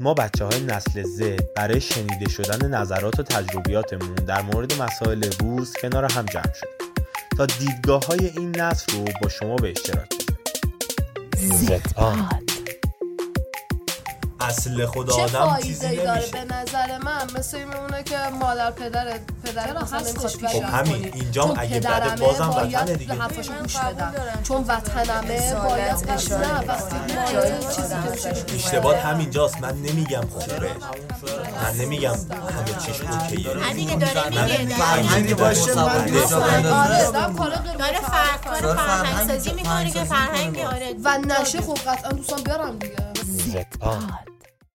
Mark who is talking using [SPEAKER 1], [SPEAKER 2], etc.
[SPEAKER 1] ما بچه های نسل Z برای شنیده شدن نظرات و تجربیاتمون در مورد مسائل روز کنار هم جمع شدیم تا دیدگاه های این نسل رو با شما به اشتراک بذاریم اصل خدا
[SPEAKER 2] چه
[SPEAKER 1] آدم
[SPEAKER 2] فایده
[SPEAKER 1] چیزی
[SPEAKER 2] داره
[SPEAKER 1] نمیشه
[SPEAKER 2] به نظر من مثل این اونه که مادر پدر پدر
[SPEAKER 3] چرا
[SPEAKER 2] مثلا
[SPEAKER 3] هستش
[SPEAKER 2] نمیخواد
[SPEAKER 3] بیشتر؟
[SPEAKER 2] بیشتر
[SPEAKER 3] خب
[SPEAKER 1] همین،
[SPEAKER 2] کنی.
[SPEAKER 1] اینجام
[SPEAKER 2] چون
[SPEAKER 1] اگه بده
[SPEAKER 2] پدرمه،
[SPEAKER 1] بازم
[SPEAKER 2] باید
[SPEAKER 1] وطنه دیگه.
[SPEAKER 2] حرفاشو گوش
[SPEAKER 3] من قبول
[SPEAKER 2] بدم
[SPEAKER 3] دارم.
[SPEAKER 2] چون وطنمه
[SPEAKER 3] اصالت
[SPEAKER 2] باید قصد
[SPEAKER 3] اشاره
[SPEAKER 2] نه
[SPEAKER 3] می‌کنه.
[SPEAKER 2] وقتی نه
[SPEAKER 3] جایی
[SPEAKER 2] یه چیزی
[SPEAKER 3] آدم
[SPEAKER 2] که
[SPEAKER 3] ازش
[SPEAKER 2] چشم
[SPEAKER 1] اشتباه همینجاست من نمیگم خوبه
[SPEAKER 2] خب،
[SPEAKER 1] من نمیگم خب، همه چیش اوکیه
[SPEAKER 4] آره دیگه داره
[SPEAKER 1] من
[SPEAKER 4] میگه
[SPEAKER 1] فرهنگی باشه من
[SPEAKER 2] آره دارم کار قبله
[SPEAKER 4] داره فر... کار فرهنگ سازی میکنه که فرهنگ آره
[SPEAKER 2] و نشه خب قطعا دوستان بیارم دیگه
[SPEAKER 1] آه.